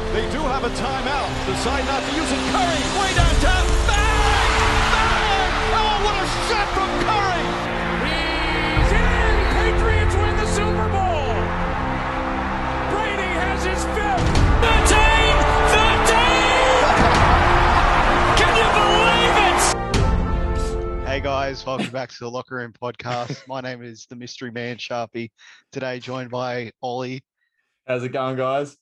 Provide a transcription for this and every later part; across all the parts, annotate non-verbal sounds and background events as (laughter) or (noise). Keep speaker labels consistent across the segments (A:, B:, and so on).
A: a timeout. Decide not to use it. Curry, way downtown. Bang! Bang! Oh, what a shot from Curry!
B: He's in! Patriots win the Super Bowl! Brady has his fifth! 13! 13! (laughs) Can you believe it?
C: Hey guys, welcome back to the Locker Room Podcast. My name is the Mystery Man Sharpie. Today, joined by Ollie
D: How's it going, guys?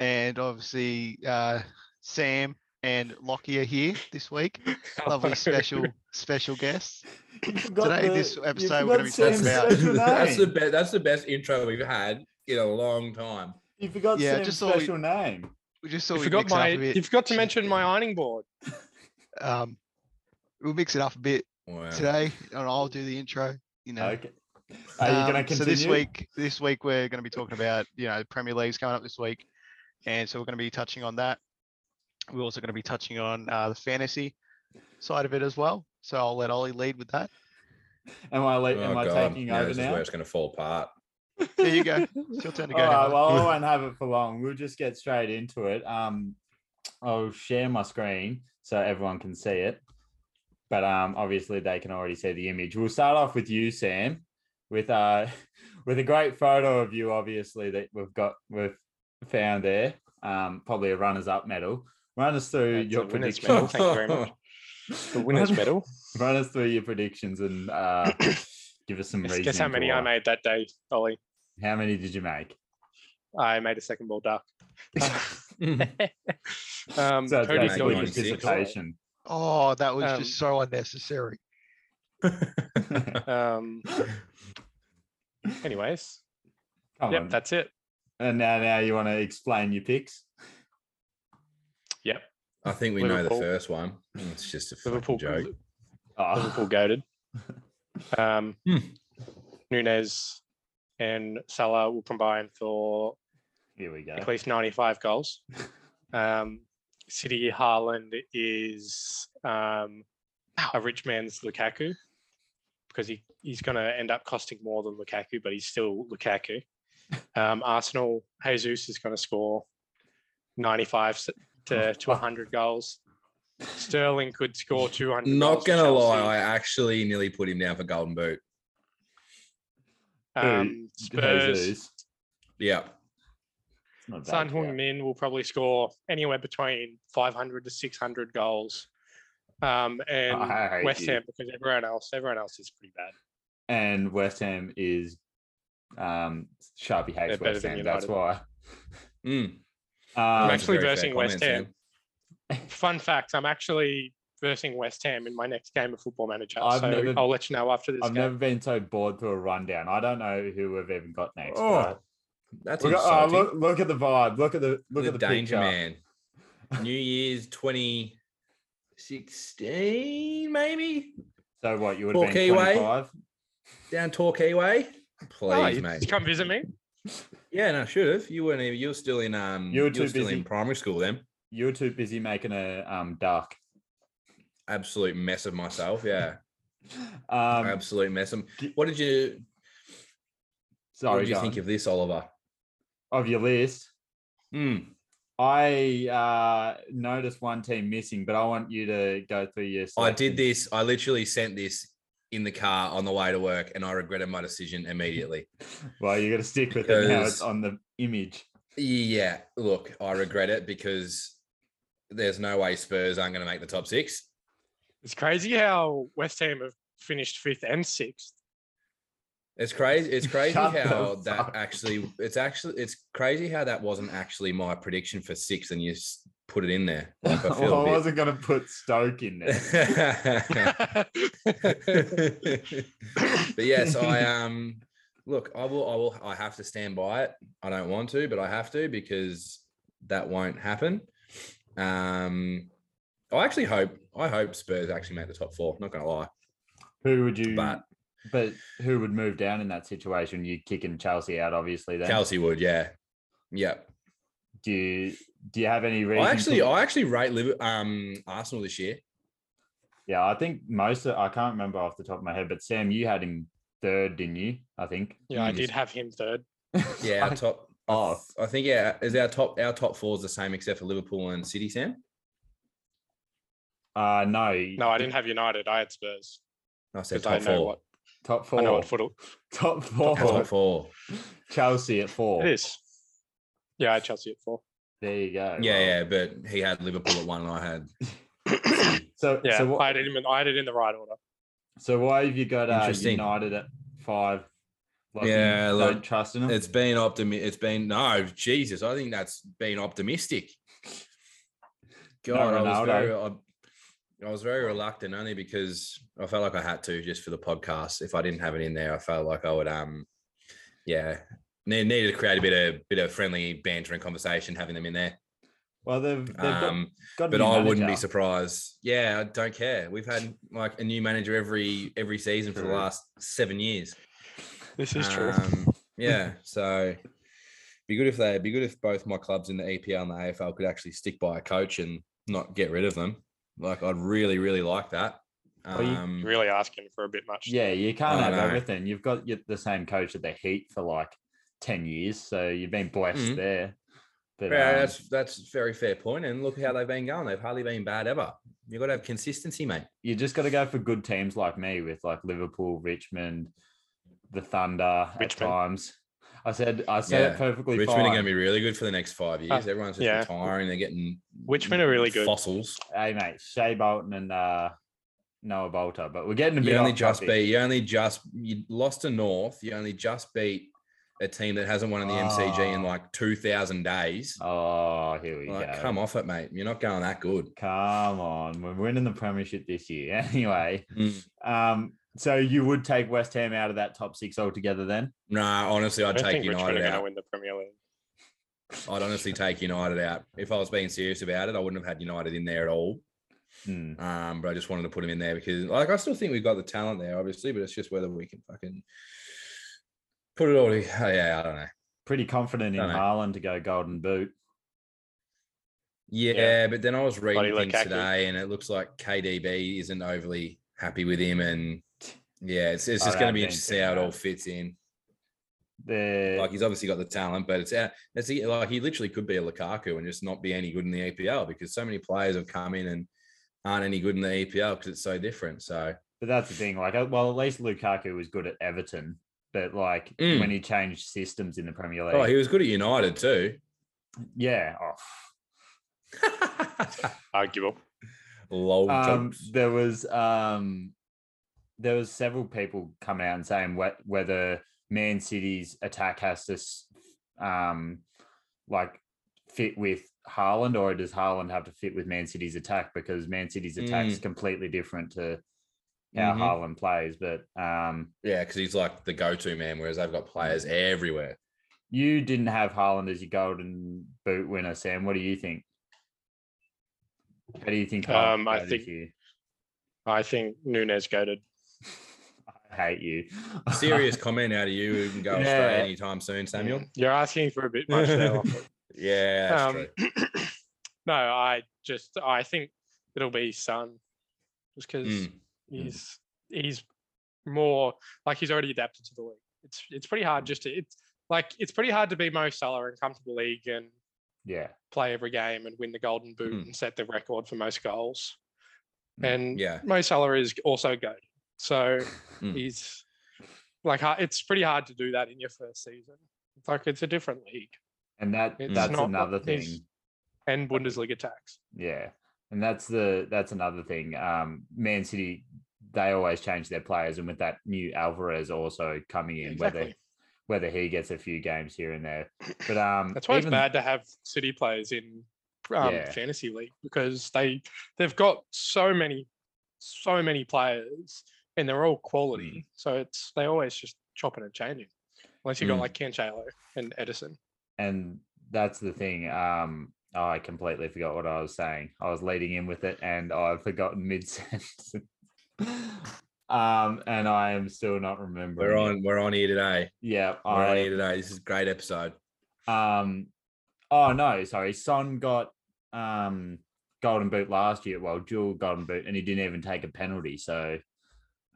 C: and obviously uh, Sam and Lockie are here this
E: (laughs)
C: week.
E: Oh,
C: Lovely special special guests.
D: (coughs)
C: Today, this episode, we're going to be talking about. (laughs)
F: That's the best. (laughs) That's the best intro we've had in a long time.
D: You forgot
C: Yeah,
D: Sam's
C: just thought we-
D: special name.
C: We just thought
E: You
C: we'd
E: forgot
C: mix
E: my.
C: it up a
E: You
C: bit.
E: forgot to mention my ironing board.
C: Um, we'll mix it up a bit
F: Wow.
C: today, and I'll do the intro. You know,
D: Okay. Are you going to
C: Um,
D: continue?
C: So this week, this week we're going to be talking about you know Premier League's coming up this week, and so we're going to be touching on that. We're also going to be touching on uh, the fantasy side of it as well. So I'll let Ollie lead with that.
D: am I le- am
F: Oh,
D: I
F: God.
D: taking
F: No,
D: over
F: this is where
D: now?
F: it's going to fall
D: (laughs)
F: apart.
C: There you go. It's your turn to go.
D: All right.
C: Hamlet.
D: Well,
C: (laughs)
D: I won't have it for long. We'll just get straight into it. Um, I'll share my screen so everyone can see it, but um, obviously they can already see the image. We'll start off with you, Sam, with uh, (laughs) with a great photo of you, obviously that we've got we've found there. Um, probably a runners-up medal. Run us through
E: It's a
D: your
E: winner's
D: predictions.
E: medal. Thank you very (laughs) much.
D: (laughs)
E: The winner's
D: Run-
E: medal.
D: Run us through your predictions and
E: (coughs)
D: uh, give us some
E: Guess,
D: reason.
E: guess how many I made that day, Ollie?
D: How many did you make?
E: I made a second ball (laughs) duck. um,
D: so it's
E: Cody
F: basically
E: Gilligan-
F: just-
D: participation.
C: oh, that was
E: Um,
C: just so unnecessary.
E: Um, anyways,
D: Come
E: yep,
D: on.
E: that's it.
D: And now, now you want to explain your picks?
F: I think we know
E: Liverpool.
F: the first one. It's just a fucking
E: Liverpool,
F: joke.
D: Oh,
E: Liverpool goaded. Um, Nunes and Salah will combine for
D: (laughs) Here we go.
E: at
D: (laughs)
E: least 95 goals. Um, City Haaland is um, a rich man's Lukaku because he, he's going to end up costing more than Lukaku, but he's still Lukaku. Um, Arsenal, Jesus is going to score 95 s- to, to 100 goals. Sterling could score 200.
F: Not
E: goals for
F: going to lie,
E: Chelsea.
F: I actually nearly put him down for Golden Boot.
D: Who?
E: Um, Spurs,
D: Jesus.
F: Yeah.
D: It's not
E: Sun
D: bad,
E: Hung Min will probably score anywhere between 500 to 600 goals. Um,
D: yeah.
E: and
D: I hate
E: West
D: you.
E: Ham because everyone else, everyone else is pretty bad.
D: And West Ham is um, Sharpie hates
E: better
D: West
E: than
D: Ham. That's why.
F: Mm.
D: Um,
E: I'm
F: That's a
E: actually
F: very fair
E: versing West
F: comment, (laughs)
E: Fun fact: I'm actually versing West Ham in my next game of Football Manager,
D: I've
E: so
D: never-
E: I'll let you know after this
D: I've
E: game.
D: never been so bored through a rundown. I don't know who we've even got
F: Sam.
D: next.
F: Oh,
D: but-
F: that's
D: Look, at- oh,
F: insulting.
D: look, look at the vibe. Look at the look
F: the,
D: at the
F: danger
D: picture.
F: man. New Year's 2016, maybe?
D: So what you would have been
F: Torquay way.
D: 25?
F: Down Torquay Way?
E: Oh,
F: Please,
E: you-
F: mate.
E: you come visit me.
F: Yeah, no, should have. You weren't even. You were still in. Um,
D: You
F: you
D: were
F: were,
D: too
F: still
D: busy.
F: in primary school then.
D: You were too busy making a um duck.
F: Absolute mess of myself. Yeah,
D: (laughs) Um,
F: absolute mess. Of,
D: d-
F: what did you? what
D: sorry,
F: did you think
D: John.
F: of this, Oliver?
D: of your list?
F: Hmm.
D: I uh noticed one team missing, but I want you to go through your.
F: Oh, I did
D: selections.
F: this. I literally sent this in the car on the way to work, and I regretted my decision immediately.
D: Well, you got to stick with it now. It's
F: Because-
D: on the image.
F: yeah, look, I regret it because there's no way Spurs aren't going to make the top six.
E: It's crazy how West Ham have finished fifth and sixth.
F: It's crazy. It's
D: (laughs)
F: crazy
D: Shut the
F: how that
D: fuck
F: actually. It's actually. It's crazy how that wasn't actually my prediction for six, and you s- put it in there.
D: (laughs)
F: Like, I feel
D: well,
F: a
D: I
F: bit-
D: wasn't going to put Stoke in
F: (laughs)
D: there.
F: (laughs) but
D: (laughs)
F: yes, I um look, I will I will I have to stand by it. I don't want to, but I have to because that won't happen. Um I actually hope I hope Spurs actually make the top four, not gonna lie.
D: who would you?
F: But
D: but who would move down in that situation? You kicking Chelsea out, obviously. Then
F: Chelsea would, yeah. Yeah.
D: do you do you have any reason?
F: I
D: to-
F: actually I actually rate Liver- um Arsenal this year.
D: yeah, I think most. Of, I can't remember off the top of my head, but Sam, you had him third, didn't you? I think.
E: Yeah, I
F: Mm.
E: did have him third.
F: (laughs) Yeah, our top
D: off.
F: I think yeah, is our top our top four is the same except for Liverpool and City, Sam.
D: (laughs) Uh, no.
E: No, I didn't have United. I had Spurs
F: No, I said
E: because I
F: top
E: know
F: four.
E: what
D: Top
E: I know
D: four.
E: what football
D: (laughs) Top (laughs)
F: Top
D: four.
F: four.
D: Chelsea at four.
E: it is. Yeah, I had Chelsea at four.
D: There you go.
F: Yeah, yeah, but he had Liverpool at one, and I had
D: So,
E: Yeah,
D: so,
E: I
D: what,
E: had it in, I had it in the right order.
D: so why have you got uh,
F: Interesting.
D: United at five? Like
F: Yeah,
D: you
F: look,
D: don't trust in them.
F: It's been optimi. It's been no Jesus. I think that's been optimistic.
D: No
F: God, I was
D: Ronaldo.
F: very, I, I was very reluctant only because I felt like I had to just for the podcast. If I didn't have it in there, I felt like I would, um, yeah, need, needed to create a bit of bit of friendly banter and conversation having them in there.
D: Well, they've, they've got-
F: Um,
D: got, a
F: but
D: new
F: I wouldn't be
D: manager.
F: surprised. Yeah, I don't care. We've had like a new manager every every season for the
D: True.
F: last seven years.
E: This is true.
D: Uh,
F: Um, (laughs) yeah, so be good if they be good if both my clubs in the EPL and the AFL could actually stick by a coach and not get rid of them. Like I'd really, really like that.
D: Well, you
F: Um,
E: Oh, really asking for a bit much.
D: Yeah, you can't
F: I
D: have
F: know.
D: everything. You've got your, the same coach at the Heat for like ten years, so you've been blessed
F: Mhm.
D: there. But
F: yeah,
D: um,
F: that's that's a very fair point. And look how they've been going. They've hardly been bad ever. You got to have consistency, mate.
D: you just got to go for good teams like me with like Liverpool, Richmond, the Thunder at
E: Richmond.
D: times. I said I said
F: Yeah,
D: it perfectly
F: Richmond are
D: fine.
F: going to be really good for the next five years. Everyone's just
E: yeah.
F: retiring. They're getting
E: Richmond are really good.
F: fossils.
D: hey mate, Shea Bolton and uh, Noah Bolter, but we're getting a bit
F: You only
D: off
F: just
D: topic.
F: beat. You only just you lost to North. You only just beat a team that hasn't won in the MCG in
D: Ah.
F: like two thousand days.
D: Oh, here we
F: Like,
D: go.
F: come off it, mate. You're not going that good.
D: Come on, we're winning the premiership this year. (laughs) Anyway,
E: Mm.
D: um, so you would take West Ham out of that top six altogether then?
F: Nah, honestly,
E: I
F: I'd
E: don't
F: take
E: think Richmond are
F: United
E: going to
F: out.
E: win the Premier League.
F: I'd honestly take United out. If I was being serious about it, I wouldn't have had United in there at all.
D: Hmm.
F: Um, but I just wanted to put him in there because, like, I still think we've got the talent there, obviously. But it's just whether we can fucking put it all. To, oh, yeah, I don't know.
D: pretty confident in
F: Dunno.
D: Haaland to go Golden Boot.
F: Yeah, but then I was
E: Bloody
F: reading things
E: Lukaku.
F: today, and it looks like KDB isn't overly happy with him, and yeah, it's, it's
D: I
F: just going
D: don't
F: to be
D: think
F: interesting
D: it
F: how it all
D: matters.
F: fits in.
D: The
F: Like he's obviously got the talent, but it's out. That's the- like he literally could be a Lukaku and just not be any good in the EPL because so many players have come in and aren't any good in the E EPL because it's so different. So
D: but that's the thing. Like, uh, well, at least Lukaku was good at Everton, but like
F: Mm.
D: when he changed systems in the Premier League,
F: oh, he was good at
D: (laughs)
F: United too.
D: yeah. Oh.
E: Arguable.
F: Lol
D: Um,
F: jokes.
D: there was um, there was several people coming out and saying whe- whether Man City's attack has to s- um, like fit with Haaland or does Haaland have to fit with Man City's attack because Man City's attack is completely different to how
F: Mhm.
D: Haaland plays. But um,
F: Yeah, because he's like the go-to man, whereas they've got players everywhere.
D: you didn't have Haaland as your golden boot winner, Sam. What do you think? How do you think? Haaland
E: Um, I
D: go this
E: think-
D: year?
E: I think Nunes goaded.
D: I hate you. (laughs)
F: Serious comment out of you who can go Australia
D: Yeah.
F: anytime soon, Samuel.
E: Mm. You're asking for a bit
F: (laughs)
E: much now.
F: Yeah, that's true.
E: no, I just I think it'll be Sun, just because
F: Mm.
E: he's he's more like he's already adapted to the league. It's it's pretty
F: Mm.
E: hard just to it's like it's pretty hard to be Mo Salah and come to the league and
D: yeah.
E: play every game and win the Golden Boot
D: Hmm.
F: Mm.
E: and set the record for most goals.
D: Mm.
E: And
F: Yeah.
E: Mo Salah is also good, so
D: Hmm.
F: Mm.
E: he's like ha- it's pretty hard to do that in your first season. It's like it's a different league
D: And that
E: It's
D: that's
E: not what
D: another
E: it is.
D: thing.
E: and Bundesliga tax.
D: Yeah. And that's the that's another thing. Um Man City they always change their players and with that new Alvarez also coming in
E: Exactly.
D: whether whether he gets a few games here and there. But um
E: That's why
D: even-
E: it's bad to have City players in um,
D: Yeah.
E: fantasy league because they they've got so many so many players and they're all
D: Hmm.
E: quality. So it's they always just chopping and changing. Unless you've
F: Mm.
D: Hmm.
E: got like Cancelo and Edison.
D: and that's the thing. Um I completely forgot what I was saying. I was leading in with it and I've forgotten mid sentence. (laughs) um and I am still not remembering.
F: We're
D: it.
F: on we're on here today.
D: Yeah,
F: We're
D: I
F: on here today. This is a great episode.
D: Um, oh no, sorry. Son got um golden boot last year. Well, dual golden boot, and he didn't even take a penalty. So,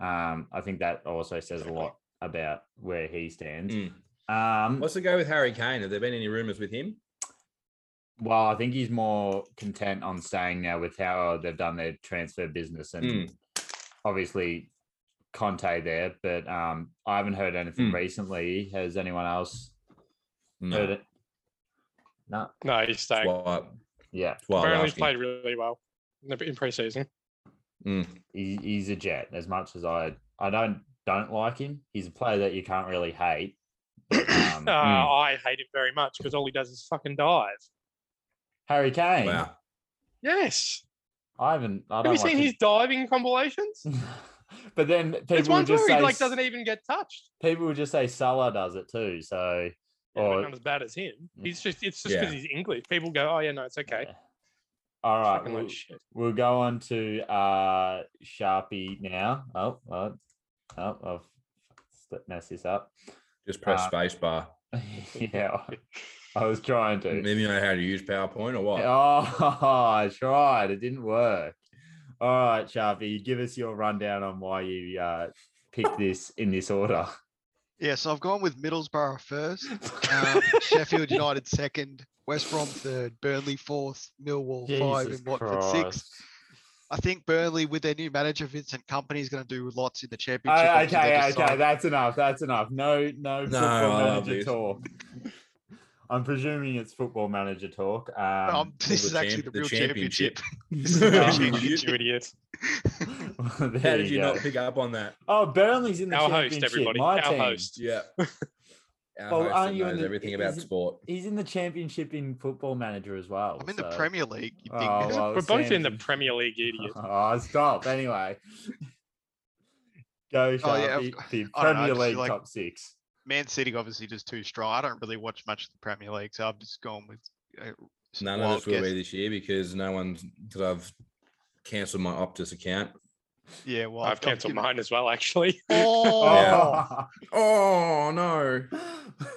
D: um, I think that also says a lot about where he stands.
F: Mm.
D: Um,
F: What's the go with Harry Kane? Have there been any rumors with him?
D: well, I think he's more content on staying now with how they've done their transfer business and
F: Mm.
D: obviously Conte there, but um, I haven't heard anything
F: Mm.
D: recently. Has anyone else heard it? No.
E: No, he's
F: That's
E: staying.
F: why,
D: Yeah.
F: that's why I'm
E: Apparently, he's
F: asking.
E: played really well in the- in preseason.
F: Mm.
D: he, he's a jet. As much as I, I don't don't like him. He's a player that you can't really hate.
E: (coughs)
D: but, um,
E: Uh,
F: Mm.
E: I hate it very much because all he does is fucking dive.
D: Harry Kane.
F: Wow.
E: Yes.
D: I haven't. I
E: Have
D: don't
E: you seen his
D: like
E: diving compilations?
D: his... (laughs) but then
E: There's
D: people will
E: ones
D: just
E: where
D: say
E: he like doesn't e-, even get touched.
D: people will just say Salah does it too. So
E: Yeah, but
D: or-
E: not as bad as him.
D: Oh, Yeah.
E: He's just it's just because he's English. People go, oh yeah, no, it's okay.
D: yeah. All right,
E: Fucking
D: we'll,
E: like shit.
D: we'll go on to uh Sharpie now. Oh, oh, oh I've st- messed this up. (laughs)
F: Just press
D: Uh,
F: space bar.
D: yeah, I was trying to.
F: Maybe you know how to use PowerPoint or what? (laughs)
D: Oh, (laughs) I tried. It didn't work. All right, Sharpie, give us your rundown on why you uh, picked this in
C: (laughs)
D: this order.
C: Yeah, so I've gone with Middlesbrough
D: (laughs)
C: first, um, Sheffield United second, West Brom third, Burnley fourth, Millwall five,
D: Jesus
C: and Watford sixth.
D: Christ.
C: I think Burnley, with their new manager Vincent Company, is going to do lots in the championship.
D: Oh,
C: Obviously, they
D: okay,
C: just
D: okay,
C: signed-
D: that's enough. That's enough. No, no, football
F: I love
D: manager
F: this.
D: talk. I'm presuming it's football manager talk.
C: No, (laughs)
D: Um,
C: I'm- this
F: the
C: is actually
F: champ-
C: the
F: the
C: real
F: championship.
C: championship.
F: Um,
E: (laughs) You
F: you-
E: idiot.
D: (laughs) there
F: how did you
D: you go.
F: not pick up on that?
D: Oh, Burnley's in the
E: Our host,
D: championship.
E: everybody.
D: My
E: Our
D: team.
E: host.
F: Yeah. Our
D: Well,
F: host
D: aren't
F: that
D: you in
F: knows
D: the-
F: everything about
D: isn't-
F: sport.
D: He's in the championship in football manager as well.
C: (laughs) I'm in the
D: so-
C: Premier League. You think?
D: Oh, well,
E: We're both in the
D: Sam's-
E: Premier
D: (laughs)
E: League, idiot.
D: Oh, stop. Anyway. Go,
C: Oh, yeah,
D: Sharpie. the
C: I don't know,
D: Premier
C: just
D: League
C: like-
D: top six.
C: Man City obviously just too strong. I don't really watch much of the Premier League, so I've just gone with. Uh, some
F: None of
C: wild
F: us will
C: guess.
F: be this year because no one's because I've cancelled my Optus account.
C: Yeah, well,
E: I've
C: (laughs)
E: cancelled mine as well, actually.
C: Oh,
F: Oh no.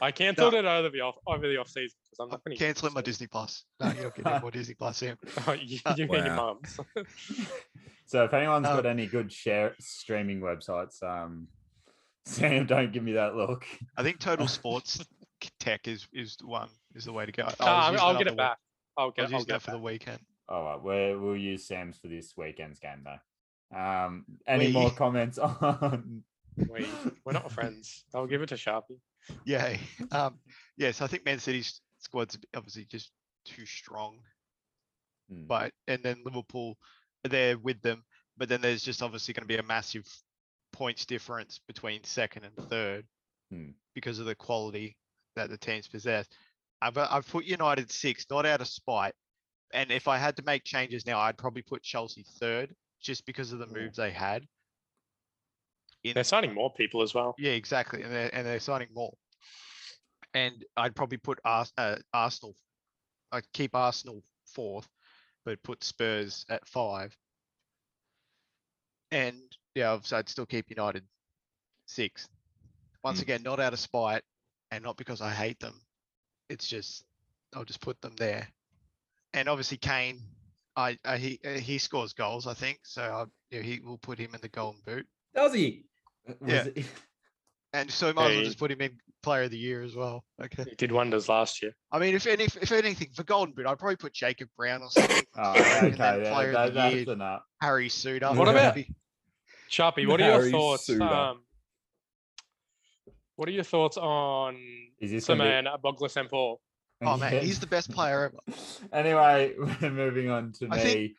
E: I cancelled it over the off over the off season because I'm not going to
C: canceling
E: (laughs)
C: my Disney Plus. No, you're not
D: (laughs)
C: getting any more Disney Plus, Sam.
E: Oh, you, you mean your
F: Wow.
E: mum's?
D: (laughs) So if anyone's got
C: Oh.
D: any good share streaming websites, um, (laughs) Sam, don't give me that look.
C: I think
D: (laughs)
C: Total Sports k- Tech is is the one is the way to go. I was
E: No, I'm-
C: using
E: I'll
C: that
E: get
C: on the wee-
E: it back. I'll
C: I
E: get.
C: was
E: I'll
C: using
E: get
C: that
E: it
C: for the weekend.
D: All right, we're, we'll use Sam's for this weekend's game though. Um, any
C: We-
D: more comments (laughs) on?
E: back. We
C: (laughs)
E: we're not friends. I'll give it to Sharpie.
C: Yeah. (laughs) Um, yes, I think Man City's squad's obviously just too strong,
D: Hmm.
C: but and then Liverpool are there with them, but then there's just obviously going to be a massive points difference between second and third
D: Hmm.
C: because of the quality that the teams possess. I've uh, I've put United six, not out of spite, and if I had to make changes now, I'd probably put Chelsea third just because of the moves they had. In
E: They're signing more people
C: (laughs)
E: as well.
C: yeah, exactly, and they're and they're signing more. And I'd probably put Ars- uh, Arsenal, I'd keep Arsenal fourth, but put Spurs at five. And yeah, so I'd still keep United sixth. Once
F: Mm.
C: again, not out of spite, and not because I hate them. It's just I'll just put them there. And obviously Kane, I, I he uh, he scores goals, I think, so I, yeah, he will put him in the golden boot.
F: Does he?
D: Was
C: yeah. (laughs)
D: it-
C: And so we might as well
E: Hey.
C: just put him in player of the year as well. Okay.
E: He did wonders last year.
C: I mean, if any, if anything for Golden Boot, I'd probably put Jacob Brown or something. (coughs)
D: Oh,
C: And
D: okay,
C: then
D: yeah,
C: player
D: that,
C: of the
D: that's
C: year.
D: enough.
C: Harry suit up.
F: What
C: and
F: about- (laughs)
C: maybe-
E: Sharpie, what are your
F: Harry
E: thoughts?
F: Suter.
E: Um, what are your thoughts on
D: Is this
E: the
D: gonna be-
E: man Bogla Paul?
C: Oh man, he's the
D: (laughs)
C: best player ever.
D: Anyway, (laughs) we're moving on to
C: I
D: me.
C: think-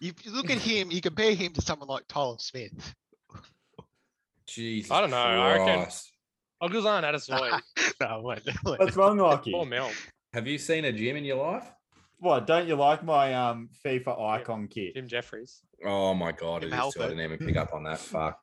C: You, you look at him. You compare him to someone like Tyler Smith. (laughs)
F: Jesus.
E: I don't know, I reckon-
F: Christ.
D: (laughs)
E: Oguzan Adesoy.
C: no way. no way.
D: What's wrong, Lockie?
E: Poor Mel.
F: Have you seen a gym in your life?
D: What don't you like my um FIFA icon kit? (laughs)
E: Jim Jeffries.
F: Oh my god,
C: Jim
F: it is too. I
C: Halpert.
F: didn't even pick up on that. Fuck.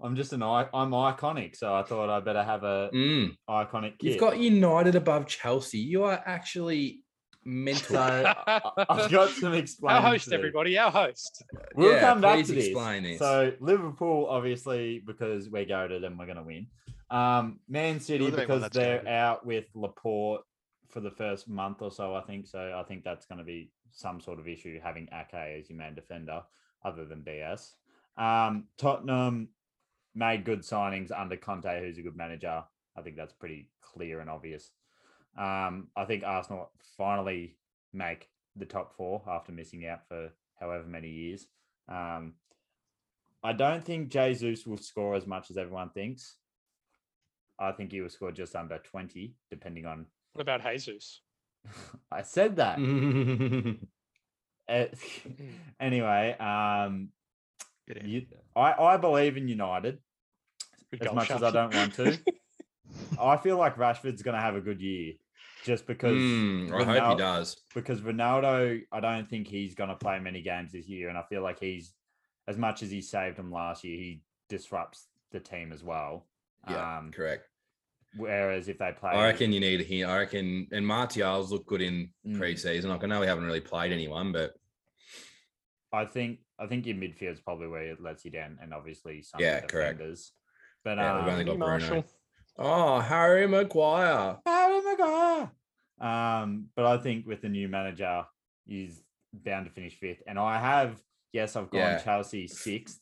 D: I'm just an I- I'm iconic, so I thought I better have a
F: Mm.
D: iconic kit.
F: You've got United above Chelsea. You are actually mental.
D: so (laughs)
F: (laughs)
D: (laughs) I-
E: (laughs)
D: I've got some explaining.
E: Our host,
D: to do.
E: everybody. Our host.
D: We'll
F: Yeah,
D: come back
F: please
D: to this.
F: explain this.
D: So Liverpool, obviously, because we're goaded and we're going to win. Um, Man City
C: the big one
D: because
C: that's
D: they're
C: goated.
D: out with Laporte for the first month or so, I think. So I think that's going to be some sort of issue having Ake as your main defender, other than BS. Um, Tottenham made good signings under Conte, who's a good manager. I think that's pretty clear and obvious. Um, I think Arsenal finally make the top four after missing out for however many years. Um, I don't think Jesus will score as much as everyone thinks. I think he will score just under 20, depending on. (laughs)
E: What about Jesus?
D: I said that.
F: Mm-hmm. Mm,
D: Uh, (laughs) anyway, um,
C: Good answer.
D: you, I, I believe in United
E: Good
D: as
E: goal
D: much as I
E: shot.
D: don't want to.
F: (laughs)
D: I feel like Rashford's going to have a good year just because
F: Mm, I hope he
D: Ronaldo-
F: does.
D: because Ronaldo, I don't think he's going to play many games this year, and I feel like he's as much as he saved him last year, he disrupts the team as well.
F: Yeah,
D: um,
F: Correct.
D: whereas if they play,
F: I reckon you need him. I reckon, and Martial's looked good in
D: Mm.
F: pre-season. Like, I know we haven't really played anyone, but
D: I think I think your midfield's probably where it lets you down, and obviously some
F: Yeah, correct.
D: defenders. But
F: Yeah,
D: um,
F: we've only got Bruno.
E: Marshall.
F: oh, Harry Maguire.
D: Harry Maguire. Um, but I think with the new manager, he's bound to finish fifth. And I have, yes, I've gone
F: Yeah.
D: Chelsea sixth.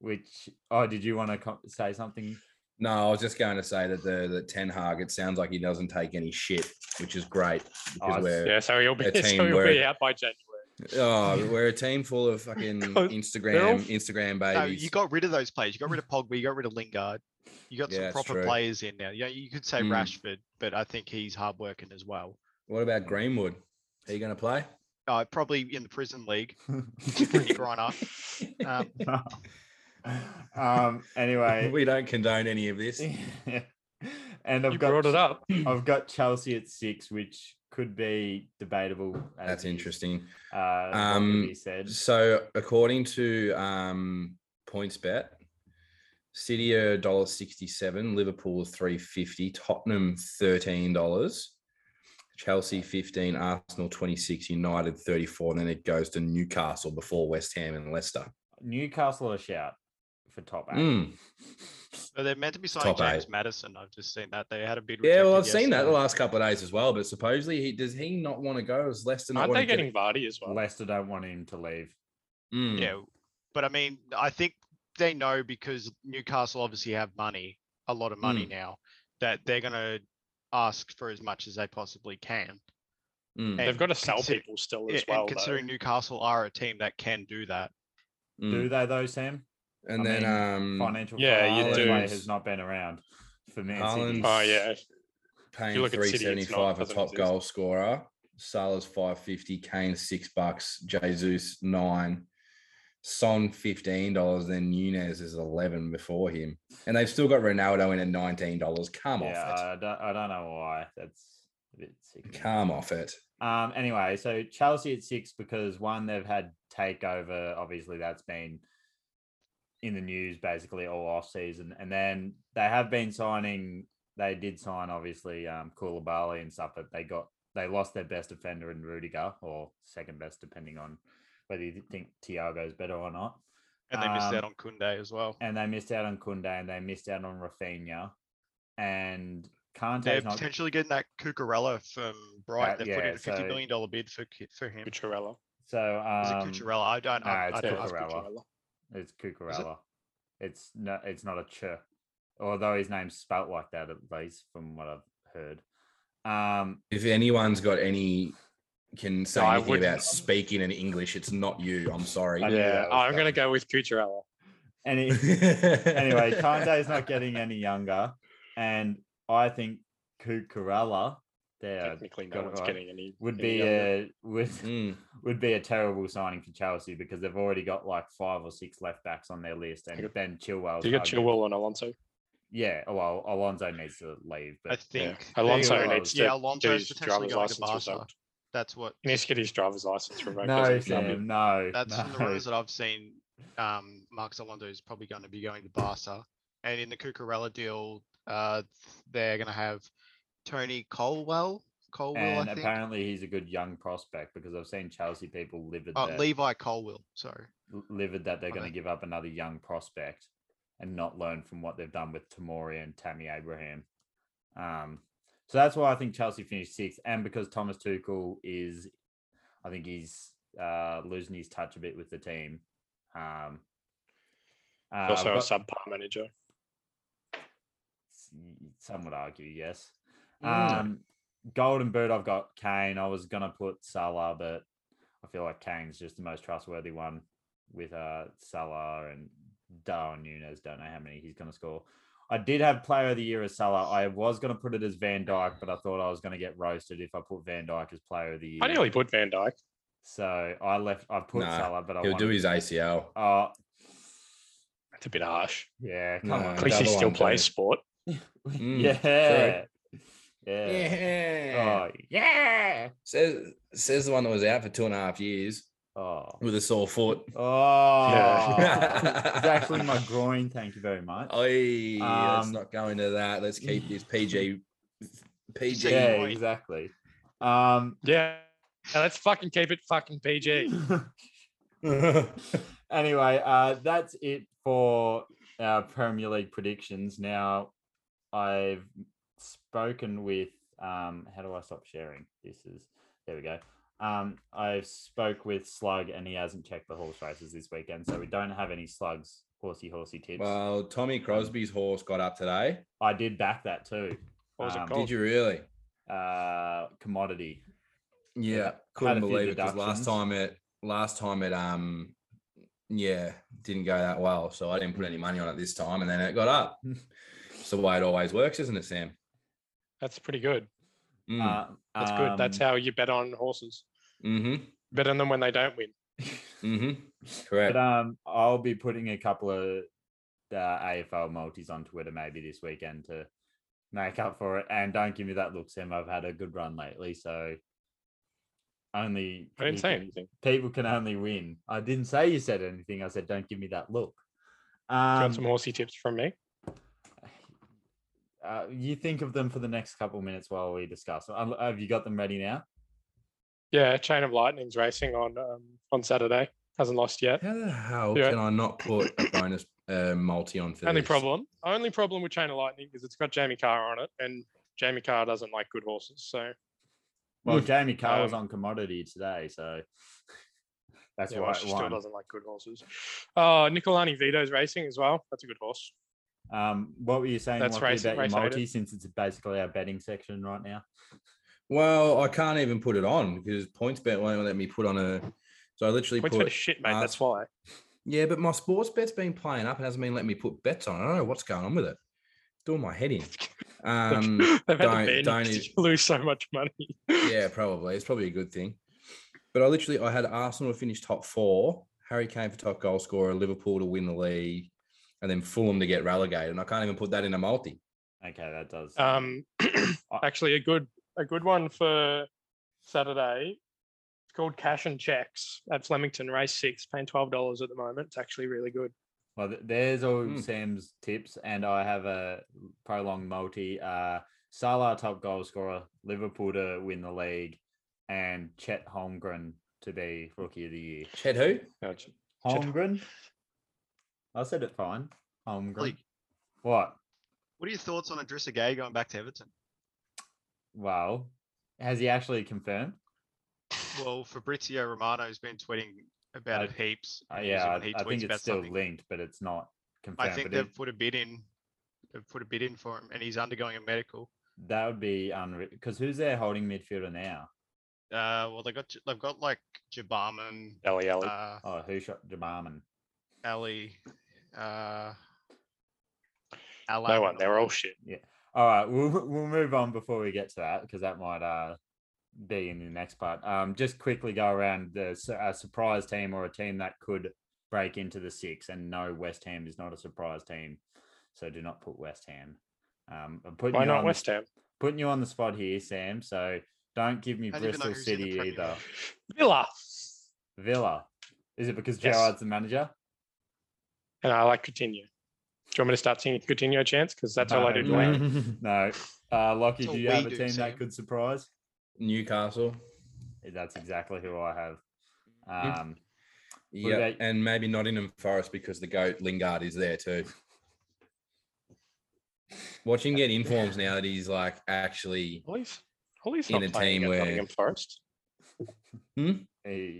D: Which oh, did you want to co- say
F: (laughs)
D: something?
F: No, I was just going to say that the the Ten Hag. It sounds like he doesn't take any shit, which is great because
D: Oh,
F: we're
E: Yeah, so he'll be,
F: A
E: (laughs) so
F: team
E: he'll
F: where-
E: be out by January.
F: oh, we're a team full
C: (laughs)
F: of fucking
E: all-
F: Instagram Instagram babies.
C: No, you got rid of those players. You got rid of Pogba. You got rid of Lingard. You got
F: Yeah,
C: some
F: that's
C: proper
F: true.
C: players in now. Yeah, you could say
F: Mm.
C: Rashford, but I think he's hardworking as well.
F: what about Greenwood? Are you going
C: (laughs)
F: to play?
C: Uh, probably in the prison
F: (laughs)
C: league. Pretty grind up. Um,
D: um. Anyway,
F: (laughs) we don't condone any of
D: (laughs)
F: this.
D: and
E: you
D: I've
E: brought
D: got
E: it up.
D: (clears throat) I've got Chelsea at six, which could be debatable. as
F: That's
D: is,
F: interesting.
D: Uh, um,
F: Um,
D: he said.
F: So, according to um, points bet, City are dollar sixty seven, Liverpool three fifty, Tottenham thirteen dollars, Chelsea fifteen, Arsenal twenty six, United thirty four, and then it goes to Newcastle before West Ham and Leicester.
D: Newcastle a shout for top eight.
F: Mm.
C: so they're meant to be signing
F: Top
C: James
F: eight.
C: Madison. I've just seen that they had a bid.
F: Yeah, well, I've
C: rejected
F: seen that the
C: yesterday.
F: last couple of days as well. But supposedly, he does he not want to go? Is Leicester not
E: Aren't
F: want to
E: they
F: get-
E: getting Vardy as well?
D: Leicester don't want him to leave.
E: Hmm.
F: Mm.
C: Yeah, but I mean, I think they know because Newcastle obviously have money, a lot of money
E: Hmm.
F: Mm.
C: now, that they're going to ask for as much as they possibly can.
F: Mm.
E: Hmm. They've
C: And
D: (laughs)
E: got to sell
C: consider-
E: people still
C: Yeah,
E: as well.
C: and
E: though.
C: considering Newcastle are a team that can do that,
F: Mm.
D: Do they though, Sam?
F: and
D: I
F: then um,
D: Financial
E: yeah, you
D: fair
E: do.
D: play has not been around for Man City.
F: Haaland's-
E: Oh yeah,
F: paying
E: You look at
F: three
E: City,
F: seventy
E: it's not-
F: five for
E: doesn't
F: top
E: exist.
F: goal scorer. Salah's five fifty, Kane six bucks, Jesus nine, Son fifteen dollars, then Nunez is eleven before him, and they've still got Ronaldo in at nineteen dollars. Come
D: yeah,
F: off it,
D: I don't, I don't know why. That's a bit sick. of me.
F: come off it.
D: Um, anyway, so Chelsea at six because one, they've had takeover. Obviously, that's been in the news basically all off season. And then they have been signing, they did sign obviously um Koulibaly and stuff, but they got they lost their best defender in Rudiger or second best, depending on whether you think Thiago is better or not.
C: and they missed out
D: Um,
C: on Kunde as well.
D: And they missed out on Kunde and they missed out on Rafinha. And
C: They're
D: Kante's not
C: potentially getting that Cucurella from Brighton. They've put in
D: yeah,
C: a fifty
D: so-
C: million dollar bid for ki- for him.
E: Cucurella.
D: so
C: Is it
D: um,
C: Cucurella? I don't. I,
D: no,
C: I
D: it's
C: don't know.
D: Cucurella. It's Cucurella. It's no, it's not a ch. Although his name's spelt like that, at least from what I've heard. Um,
F: If anyone's got any can say
E: No, I
F: anything
E: wouldn't.
F: about speaking in English, it's not you. I'm sorry.
D: I knew
E: Yeah,
D: that was
E: I'm gonna go with Cucurella.
D: and it, anyway, (laughs)
E: (laughs)
F: anyway,
D: Kante's not getting any younger, and I think Cucurella there
E: Technically, no
D: got it
E: one's
D: right.
E: getting any.
D: would
E: any
D: be
E: younger.
D: a would
F: Mm,
D: (laughs) would be a terrible signing for Chelsea because they've already got like five or six left backs on their list, and
E: got-
D: then Chilwell.
E: You got Chilwell and Alonso.
D: Yeah, well, Alonso needs to leave,
C: I
D: but
C: think
E: yeah. Alonso
C: they're-
E: needs to
C: Yeah, Alonso's
E: his
C: potentially
E: driver's
C: going to
E: license
C: Barca.
E: revoked.
C: That's what.
E: He needs to get his driver's license revoked.
D: no,
E: doesn't he?
D: Sam, no.
C: That's
D: (laughs)
C: from the
D: no.
C: rumors that I've seen. Um, Marcus Alonso is probably going to be going to Barca, and in the Cucurella deal, uh, they're going to have Tony Colwell. Colwell,
D: and
C: I think.
D: apparently he's a good young prospect because I've seen Chelsea people livid
C: Uh,
D: that,
C: Levi Colwell. Sorry.
D: livid that they're
C: Okay.
D: going to give up another young prospect and not learn from what they've done with Tamori and Tammy Abraham. Um, so that's why I think Chelsea finished sixth, and because Thomas Tuchel is, I think he's uh, losing his touch a bit with the team. Um, uh,
E: He's also
D: I've
E: a
D: got-
E: subpar manager.
D: s- y- some would argue, yes. Um, Golden Boot, I've got Kane. I was gonna put Salah, but I feel like Kane's just the most trustworthy one with uh Salah and Darwin Nunes. Don't know how many he's gonna score. I did have Player of the Year as Salah. I was gonna put it as Van Dyke, but I thought I was gonna get roasted if I put Van Dyke as Player of the Year.
E: I nearly put Van Dyke.
D: So I left. I put
F: Nah,
D: Salah, but I
F: He'll
D: wanted-
F: do his ACL.
D: Oh,
E: That's a bit harsh.
D: yeah, come
F: No.
D: on.
E: At least he
F: Another
E: still
F: one,
E: plays
F: Dave.
E: sport.
D: (laughs)
F: Mm,
D: Yeah.
F: true.
D: Yeah.
F: Yeah.
D: Oh, yeah.
F: Says says the one that was out for two and a half years
D: Oh.
F: with a sore foot.
D: Oh.
F: Yeah.
D: it's actually my groin. Thank you very much.
F: Oh, Oy, let's
D: Um,
F: not go into that. Let's
D: (laughs)
F: keep this PG. PG.
D: yeah,
C: groin.
D: exactly. Um,
E: Yeah. Now let's fucking keep it fucking PG.
D: (laughs) anyway, uh, that's it for our Premier League predictions. Now, I've spoken with. Um, how do I stop sharing? This is there we go. Um, I've spoke with Slug, and he hasn't checked the horse races this weekend, so we don't have any Slugs horsey horsey tips.
F: Well, Tommy Crosby's horse got up today.
D: I did back that too.
E: What was it
D: Um,
E: called?
F: Did you really?
D: Uh, commodity.
F: Yeah,
D: had
F: couldn't
D: a few
F: believe it because last
D: deductions.
F: time it, last time it, um, yeah, didn't go that well. So I didn't put any money on it this time, and then it
D: (laughs)
F: got up. it's the way it always works, isn't it, Sam?
E: That's pretty good.
F: Mm.
D: Uh,
E: Hmm. That's good. That's
D: um,
E: how you bet on horses.
F: mm-hmm.
E: Bet on them when they don't win.
F: Mm-hmm. Correct.
D: But um, I'll be putting a couple of uh, AFL multis on Twitter maybe this weekend to make up for it. And don't give me that look, Sam. I've had a good run lately, so only
E: I didn't
D: people-
E: say anything.
D: People can only win. I didn't say you said anything. I said don't give me that look.
E: Do you
D: Um,
E: want some horsey tips from me?
D: uh, you think of them for the next couple of minutes while we discuss. Um, Have you got them ready now?
E: Yeah, Chain of Lightning's racing on um, on Saturday. Hasn't lost
D: uh,
E: yet.
F: How the hell
E: Yeah.
F: can I not put a bonus uh, multi on for
E: Only
F: this?
E: problem. Only problem with Chain of Lightning is it's got Jamie Carr on it, and Jamie Carr doesn't like good horses. So
D: Well, Jamie Carr was
E: Um,
D: on commodity today, so (laughs) that's
E: yeah,
D: why
E: well,
D: it
E: she still
D: won.
E: doesn't like good horses. Uh, Nicolani Vito's racing as well. That's a good horse.
D: Um, what were you saying
E: That's
D: Lachie,
E: race-
D: about
E: race
D: your
E: related.
D: multi? Since it's basically our betting section right now.
F: Well, I can't even put it on because PointsBet won't let me put on a. So I literally
E: Points
F: put.
E: for shit, mate.
F: uh,
E: That's why. (laughs)
F: yeah, but my sports bet's been playing up and hasn't been letting me put bets on. I don't know what's going on with it. Doing
D: (laughs)
F: my head in. Um,
E: They've had
F: don't-
E: to ban
F: don't
E: you 'cause
F: e-
E: you lose so much money.
F: yeah, probably. It's probably a good thing. But I literally, I had Arsenal to finish top four, Harry Kane for top goal scorer, Liverpool to win the league, and then Fulham to get relegated. And I can't even put that in a multi.
D: Okay, that does.
C: Uh,
E: Um, (clears throat) actually, a good a good one for Saturday. It's called Cash and Checks at Flemington Race Six, paying twelve dollars at the moment. It's actually really good.
D: well, th- there's all
F: Hmm.
D: Sam's tips, and I have a prolonged multi. Uh, Salah top goal scorer, Liverpool to win the league, and Chet Holmgren to be rookie of the year.
F: Chet who?
E: Chet-
D: Holmgren. I said it fine. Holmgren.
C: Like,
D: What?
C: what are your thoughts on Idrissa Gay going back to Everton?
D: Well, has he actually confirmed?
C: Well, Fabrizio Romano's been tweeting about
D: I-
C: it heaps.
D: Uh,
C: and
D: yeah,
C: usually when he
D: I, I
C: tweets
D: think it's
C: about
D: still
C: something-
D: linked, but it's not confirmed.
C: I think
D: but
C: they've
D: it-
C: put a bid in. They've put a bid in for him, and he's undergoing a medical.
D: That would be unreal. Because who's their holding midfielder now?
C: Uh, well, they got J- they've got like Jabarman,
E: Ellie Ellie.
C: uh,
D: Oh, who shot Jabarman?
C: Ali, uh,
E: no
C: Alan
E: one.
C: and
E: They're all shit.
D: All right, we'll (laughs) we'll move on before we get to that because that might uh be in the next part. Um, just quickly go around the s- a surprise team or a team that could break into the six. And no, West Ham is not a surprise team, so do not put West Ham. Um, I'm putting
E: Why
D: you on
E: not
D: the-
E: West Ham?
D: putting you on the spot here, Sam. So don't give me
C: How do you even know
D: Bristol
C: who's in the
D: City
C: Premier
D: either.
E: Villa.
D: Villa. Is it because
E: Yes.
D: Gerard's the manager?
E: And I like Coutinho. Do you want me to start singing Coutinho chants? Because that's all I do.
D: No,
E: to win.
D: Um, (laughs) No. Uh,
C: That's
D: Lockie, do
C: what
D: you
C: we
D: have a
C: do,
D: team that
C: Sam.
D: could surprise?
F: Newcastle.
D: That's exactly who I have.
F: Mhm.
D: Um,
F: Yeah,
D: about-
F: and maybe Nottingham Forest because the goat Lingard is there too. Watch him get informs now that he's like actually.
E: Ollie's, Ollie's
F: In
E: not
F: a
E: playing
F: team
E: at
F: where-
E: Nottingham Forest.
D: he-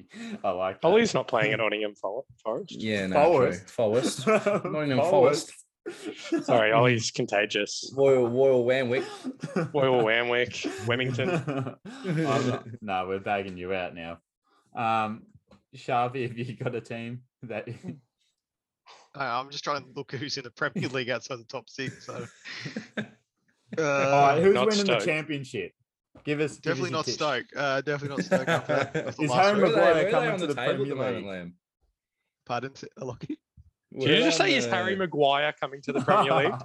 D: (laughs) I like that. (laughs)
E: Ollie's not playing at Nottingham Fo- Forest.
D: (laughs)
F: Yeah, no, true. Forest. Nottingham Forest.
E: Sorry, Ollie's contagious.
F: Royal Royal Wanwick.
E: Royal Wanwick, Wemmington.
D: (laughs) I'm not- no, we're bagging you out now. Um, Sharpie, have you got a team that? (laughs)
C: I- I'm just trying to look who's in the Premier League outside the top six. So
D: All right,
C: uh,
D: who's
E: not
D: winning
E: Stoke.
D: the championship? Give us give us
C: definitely
D: your
C: not
D: tip.
C: Stoke. Uh, definitely not Stoke. after that. That's the
D: Is
C: last
D: Harry
C: week.
F: Where are they-
D: Maguire
F: where are they
D: coming
F: on
D: to the
F: the table at
D: Premier
F: the moment,
D: League?
F: Liam?
C: Pardon, (laughs) Lockie.
E: Did
F: Where
E: you just
F: are
E: say is Harry
F: they?
E: Maguire coming to the Premier (laughs) League?
D: (laughs)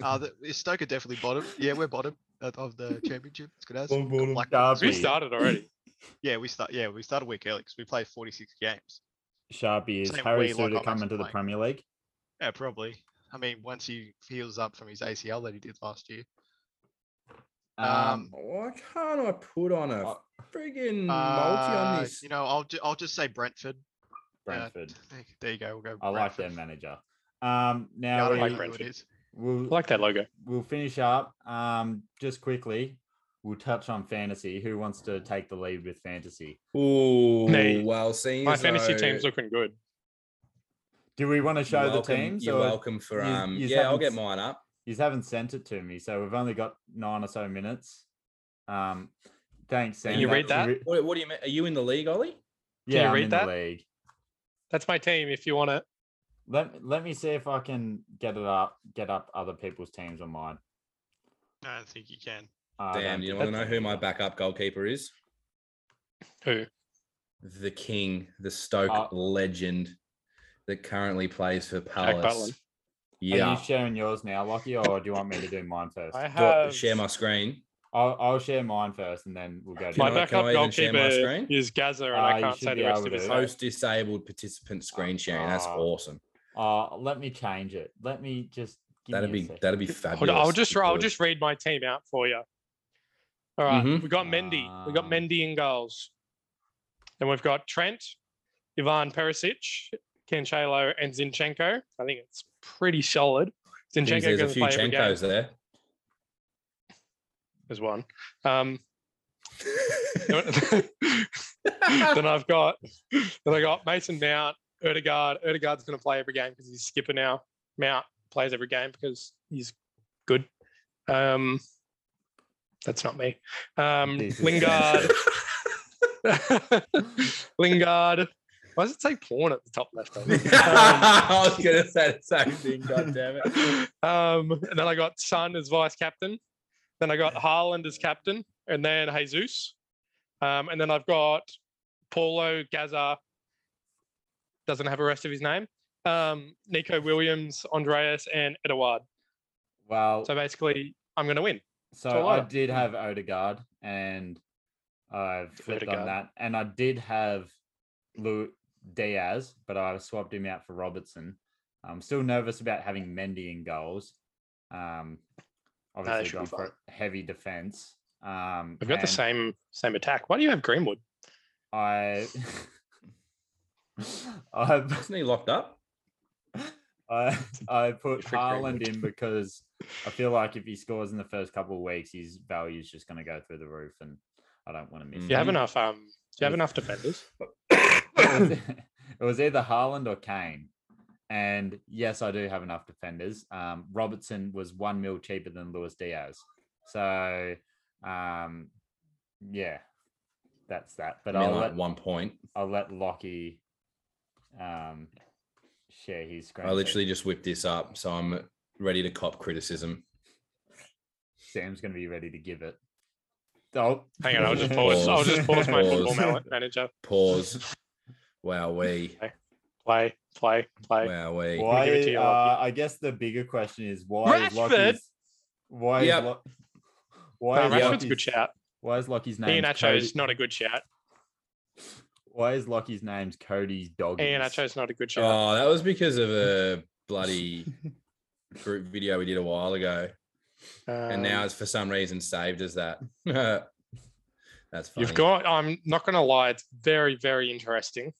C: Uh, the, is Stoke are definitely bottom. Yeah, we're bottom of, of the championship. It's good as.
F: Bottom, bottom.
C: Like,
E: We
D: Derby.
E: started already.
C: yeah, we start. Yeah, we started week early because we played 46 games.
D: Sharpie is
C: Same
D: Harry
C: way, like,
D: Suter
C: I'm
D: coming to the
C: playing.
D: Premier League?
C: Yeah, probably. I mean, once he heals up from his ACL that he did last year.
D: Um,
F: Why can't Oh, I put on a
D: Uh,
F: friggin' multi
C: Uh,
F: on this?
C: You know, I'll ju- I'll just say Brentford. yeah.
D: Brentford.
C: There- There you go. We'll go.
D: I like their
C: Brentford.
D: manager. Um,
C: Yeah, I
D: now
C: don't
E: like
C: know
D: we,
C: who it
E: Brentford.
C: is.
D: we'll
E: I like that logo.
D: we'll finish up. Um, just quickly, we'll touch on fantasy. Who wants to take the lead with fantasy?
F: Ooh,
E: Nate,
F: well, seeing
E: My
F: as
E: fantasy
F: though-
E: team's looking good.
D: Do we want to show
F: You're welcome-
D: the teams?
F: You're
D: or-
F: welcome for
D: Yous-
F: um.
D: yous
F: yeah, I'll
D: haven't
F: get
D: s-
F: mine up.
D: You haven't sent it to me, so we've only got nine or so minutes. Um, thanks, Sam.
F: you
D: That
F: read
D: was a
E: that?
D: re-
F: What, what do you mean? Are you in the league, Ollie?
D: yeah,
E: you
D: I'm
E: read
D: in
E: that?
D: the league.
E: That's my team. If you want it,
D: Let Let me see if I can get it up. Get up other people's teams on mine.
C: I don't think you can.
D: Uh, I don't
F: Damn, you
D: think
F: want to
D: I
F: know
D: can.
F: who my backup goalkeeper is?
E: who?
F: The king, the Stoke
D: Uh,
F: legend, that currently plays for
E: Jack
F: Palace.
E: Butland.
D: Are
F: Yeah,
D: you sharing yours now, Lucky, or do you want me to do mine first?
F: Do I-
E: I have
F: share my screen.
D: I'll, I'll share mine first, and then we'll go.
F: Do
D: to
F: you
E: my
F: know-
D: yours.
F: can
E: backup
F: I even share
E: goalkeeper
F: my screen? Ah,
E: is Gaza, and
D: Uh,
E: I
D: you
E: can't
D: should
E: say
D: be
E: the rest
D: able
E: of his
D: to.
E: name.
F: Post disabled participant screen sharing. That's
D: Ah.
F: awesome.
D: Uh, let me change it. Let me just. Give
F: That'd
D: me a
F: be
D: sec.
F: that'd be
E: Hold
F: fabulous.
E: on, I'll just
F: if it
E: I'll
F: was.
E: just read my team out for you. All right,
F: Mhm.
E: we've got Mendy. we've got
D: Um,
E: Mendy in goals. Then we've got Trent, Ivan Perisic, Cancelo, and Zinchenko. I think it's pretty solid.
F: Jeez,
E: Zinchenko
F: there's a
E: going to
F: few
E: play every game.
F: Chenkos there.
E: There's one. Um, then I've got then I got Mason Mount, Erdegaard. Erdegaard's going to play every game because he's skipper now. Mount plays every game because he's good. Um, that's not me. Um,
D: This is-
E: Lingard. (laughs) Lingard. Why does it say porn at the top left? Um,
F: (laughs) I was gonna say the same thing. God damn it.
E: um, and then I got Son as vice captain. Then I got Haaland as captain, and then Jesus. Um, and then I've got Paulo Gaza. Doesn't have a rest of his name. Um, Nico Williams, Andreas, and Edouard.
D: Well,
E: So basically, I'm going to win.
D: So
E: So Hmm.
D: I
E: low.
D: did have Odegaard, and I flipped on
E: Odegaard.
D: that, and I did have Lu Diaz, but I swapped him out for Robertson. I'm still nervous about having Mendy in goals. Um, obviously
E: should be
D: gone for heavy defense. Um,
E: We've got the
D: and
E: same same attack. Why do you have Greenwood?
D: I, (laughs) I,
F: Isn't he locked up?
D: I, (laughs) I put
E: Freak Greenwood.
D: Haaland in because I feel like if he scores in the first couple of weeks, his value is just going to go through the roof, and I don't want to miss.
F: Mm.
E: Do you have
D: him.
E: enough? Um, do you have
D: Yes.
E: enough defenders?
D: it
F: (laughs)
D: was- (laughs) it was either Haaland or Kane. And yes, I do have enough defenders. Um, Robertson was one mil cheaper than Luis Diaz. So, um, yeah, that's that. But
F: I mean,
D: I'll,
F: like
D: let,
F: one point.
D: I'll let Lockie um, share his screen.
F: I literally just whipped this up, so I'm ready to cop criticism.
D: Sam's going to be ready to give it. Oh.
E: Hang on, I'll just pause. I'll just pause my football
F: Pause.
E: mal- manager. (laughs)
F: Pause. Wow, we.
E: Play, play, play.
F: Wow, we.
D: Why?
E: give it to you,
D: uh,
E: Lachie.
D: I guess the bigger question is why is
E: Rashford!
D: Lockie's why
F: Yep.
D: is Lock,
E: No,
D: why is
E: Rashford's a
D: Lockie's-
E: good shout.
D: Why is Lockie's name?
E: Ianacho's not a good shout.
D: Why is Lockie's name's Cody's dog?
E: Ianacho's not a good shout.
F: Oh, that was because of
E: (laughs)
F: a bloody group video we did a while ago,
E: Um,
F: and now it's for some reason saved as that. (laughs) That's funny.
E: Um, You've got. I'm not going to lie. It's very, very interesting.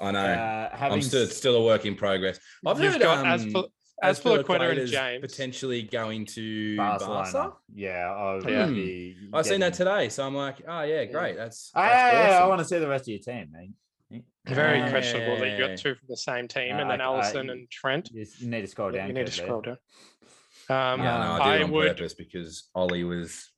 F: I know.
D: Uh, having
F: I'm still
D: s-
F: still a work in progress. I've
E: You've
F: heard
E: got
F: um,
E: as for as for Laqueta and
F: Aspilicueta's
E: James.
F: potentially going to
D: Barcelona.
F: Barca.
D: Yeah, I would
F: Yeah.
D: be
F: I've seen that
D: getting- Ah,
F: today, so I'm like, oh yeah, great. That's,
D: Hey,
F: that's
D: I
F: awesome.
D: want to see the rest of your team, mate. Uh,
E: Very questionable that you
F: Hey.
E: got two from the same team,
D: No,
E: and then
D: I- I-
E: Allison and Trent.
D: You just need to scroll
E: Yeah,
D: down.
E: you need to
D: quickly.
E: scroll down. Um,
F: yeah, no, I
E: I,
F: did it on
E: would.
F: purpose because Ollie was.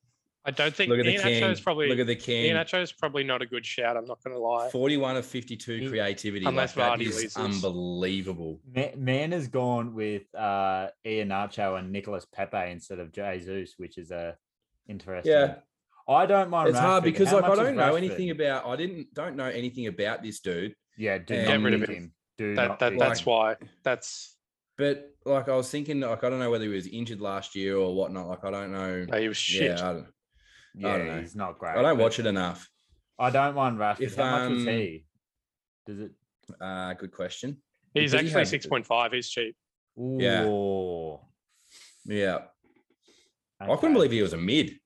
E: I don't think
F: Look at the
E: Ian
F: king.
E: Acho is probably
F: Look at the
E: Ian
F: king.
E: Acho is probably not a good shout. I'm not going to lie.
F: Forty-one of fifty-two
E: Mm.
F: creativity.
E: Unless
F: like, that
E: Vardy
F: is
E: loses.
F: unbelievable.
D: Ma- Man has gone with uh, Ianacho and Nicholas Pepe instead of Jesus, which is a interesting.
F: Yeah.
D: I don't mind.
F: It's hard
D: Rashford.
F: because
D: How
F: like I
D: much is
F: don't know
D: Rashford?
F: anything about. I didn't don't know anything about this dude.
D: Yeah, do
F: Get
D: not
E: rid of
D: pick
E: him.
D: him. Do
E: That,
D: not
E: that
D: pick
E: that's
D: him.
E: why. That's
F: But like I was thinking, like I don't know whether he was injured last year or whatnot. Like I don't know.
E: no, he was shit.
F: Yeah, I don't,
D: Yeah,
F: don't know.
D: he's not great.
F: I don't
D: but
F: watch it enough.
D: I don't mind Rashford.
F: If,
D: How much was
F: um,
D: he? Does it?
F: Uh, good question.
E: He's
F: Does he
E: actually
F: have-
E: six point five. He's cheap.
F: Yeah.
D: Ooh,
F: Yeah, I couldn't believe he was a mid.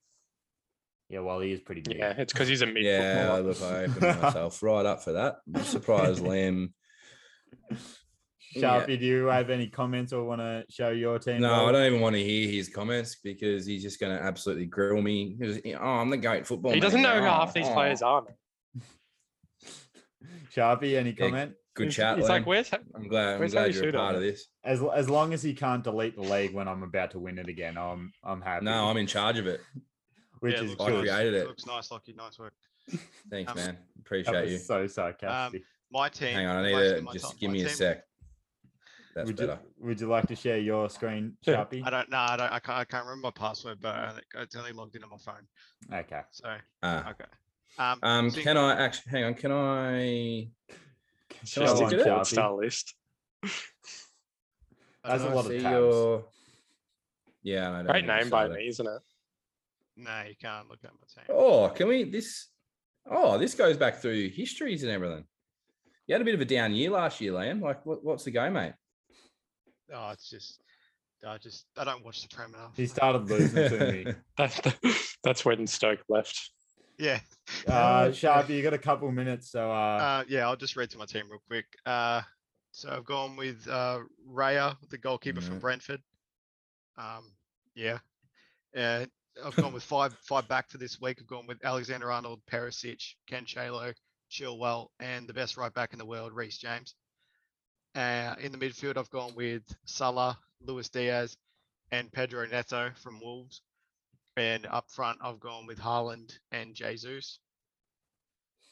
D: Yeah, well, he is pretty big.
E: Yeah, it's because he's a mid.
F: Yeah,
E: footballer.
F: look, I opened
E: (laughs)
F: myself right up for that. I'm surprised Lamb.
D: Sharpie, do you have any comments or want to show your team?
F: No,
D: Will?
F: I don't even want to hear his comments because he's just going to absolutely grill me. He was, oh, I'm the goat football.
E: He doesn't know
F: manager.
E: who
F: Oh,
E: half these
F: oh."
E: players are. man.
D: Sharpie, any
F: Yeah,
D: comment?
F: Good chat.
E: It's like
F: Lamb.
E: where's Ha-
F: I'm glad. I'm
E: where's
F: glad
E: Harry
F: you're a
E: Suter?
F: part of this.
D: As as long as he can't delete the league when I'm about to win it again, I'm I'm happy.
F: No, I'm in charge of it.
D: which
C: Yeah,
D: is
C: looks
F: I
C: good.
D: good.
F: created it.
C: Looks nice, Lockie. Nice work.
F: Thanks,
C: Um,
F: man.
D: That
F: Appreciate you.
D: was so
E: Um,
D: sarcastic.
C: My team.
F: Hang on, I need
C: most of
F: to
C: my
F: just
C: time-
F: give
C: my
F: me a
C: team-
F: sec. That's
D: would you
F: better.
D: would you like to share your screen,
E: Yeah.
D: Sharpie?
C: I don't know. I, don't, I can't. I can't remember my password, but I think it's only logged in on my phone.
D: Okay.
C: So
F: Ah.
C: okay. Um,
F: um,
C: so-
F: can I actually hang on? Can I?
E: It's
F: Can I
E: just
F: look
E: a
F: at it?
E: gold star list.
C: I don't
D: That's a
F: Can I
C: know.
D: lot of
F: see
D: tabs.
F: Yeah, I don't
E: Great
F: think I
E: name
F: saw
E: by
F: that.
E: me, isn't it?
C: No, you can't look at my team.
F: Oh, can we? This. Oh, this goes back through histories and everything. You had a bit of a down year last year, Liam. Like, what, what's the go, mate?
C: Oh, it's just. I just. I don't watch the Prem enough.
D: He started losing to
F: (laughs)
D: me. Uh,
E: That, (laughs) that's when Stoke left.
C: Yeah.
F: Oh,
D: Uh, Sharpie, you got a couple minutes, so uh,
C: (laughs) Uh, yeah, I'll just read to my team real quick. Uh, so I've gone with uh, Raya, the goalkeeper from
F: Yeah.
C: Brentford. Um, yeah. Uh, I've gone with five five back for this week. I've gone with Alexander Arnold, Perisic, Ken Chalo, Chilwell, and the best right back in the world, Reece James. Uh, in the midfield, I've gone with Salah, Luis Diaz, and Pedro Neto from Wolves. And up front, I've gone with Haaland and Jesus.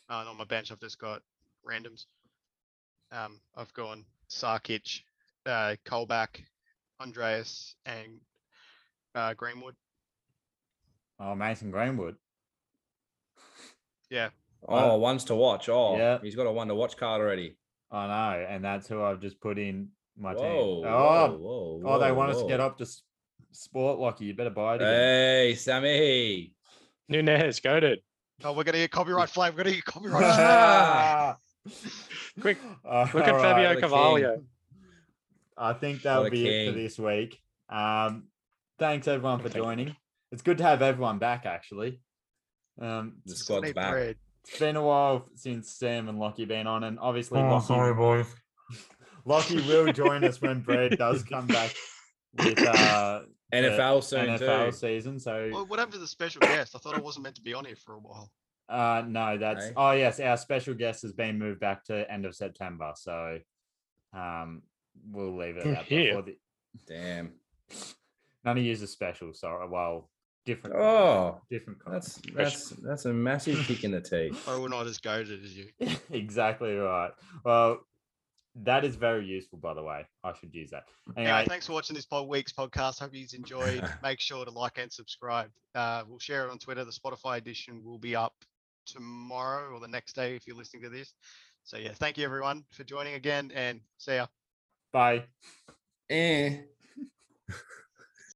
C: Uh, and on my bench, I've just got randoms. Um, I've gone Sarkic, uh, Colback, Andreas, and uh, Greenwood.
D: oh Mason Greenwood.
F: Oh, ones to watch. Oh,
D: Yeah.
F: he's got a one to watch card already.
D: I know, and that's who I've just put in my
F: whoa,
D: team.
F: whoa,
D: Oh,
F: whoa,
D: oh, they
F: whoa,
D: want us to get
F: whoa.
D: up to s- sport, Lockie. You better buy it. Again.
F: Hey, Sammy.
E: Nunez, goaded.
C: Oh, we're gonna get copyright flag. We're gonna get
F: (laughs)
C: copyright. flag.
F: Ah.
E: Quick,
D: (laughs) All
E: Look at Fabio
D: right.
F: the king.
E: Cavallo.
D: I think
F: What
D: that'll
F: a
D: be it for
F: king.
D: this week. Um, thanks everyone for
E: Thank you.
D: joining. It's good to have everyone back, actually. Um,
F: The
C: Just
F: squad's
C: need
F: back.
C: bread.
D: it's been a while since Sam and Lockie been on, and obviously Lockie,
F: boys.
D: (laughs) Lockie will join us when Brad does come back with
F: (laughs)
D: uh,
F: NFL soon
D: NFL
F: too.
D: season.
C: Well,
D: So
C: what happened to the (laughs) special guest? I thought I wasn't meant to be on here for a while.
D: uh, no, that's
F: Okay.
D: oh yes, our special guest has been moved back to end of September. So um, we'll leave it
E: Good
D: at that
E: here.
D: before the, (laughs)
F: Damn.
D: None of yous are special, sorry. Well, different. kinds,
F: Oh,
D: different. kinds.
F: that's that's that's a massive kick in the teeth.
C: I will not as goaded as you.
D: (laughs) exactly right. Well, that is very useful, by the way. I should use that. Anyway,
C: Anyway, thanks for watching this pod week's podcast. Hope you've enjoyed. Make sure to like and subscribe. Uh, we'll share it on Twitter. The Spotify edition will be up tomorrow or the next day if you're listening to this. So yeah, thank you everyone for joining again and see ya.
D: bye.
F: Eh.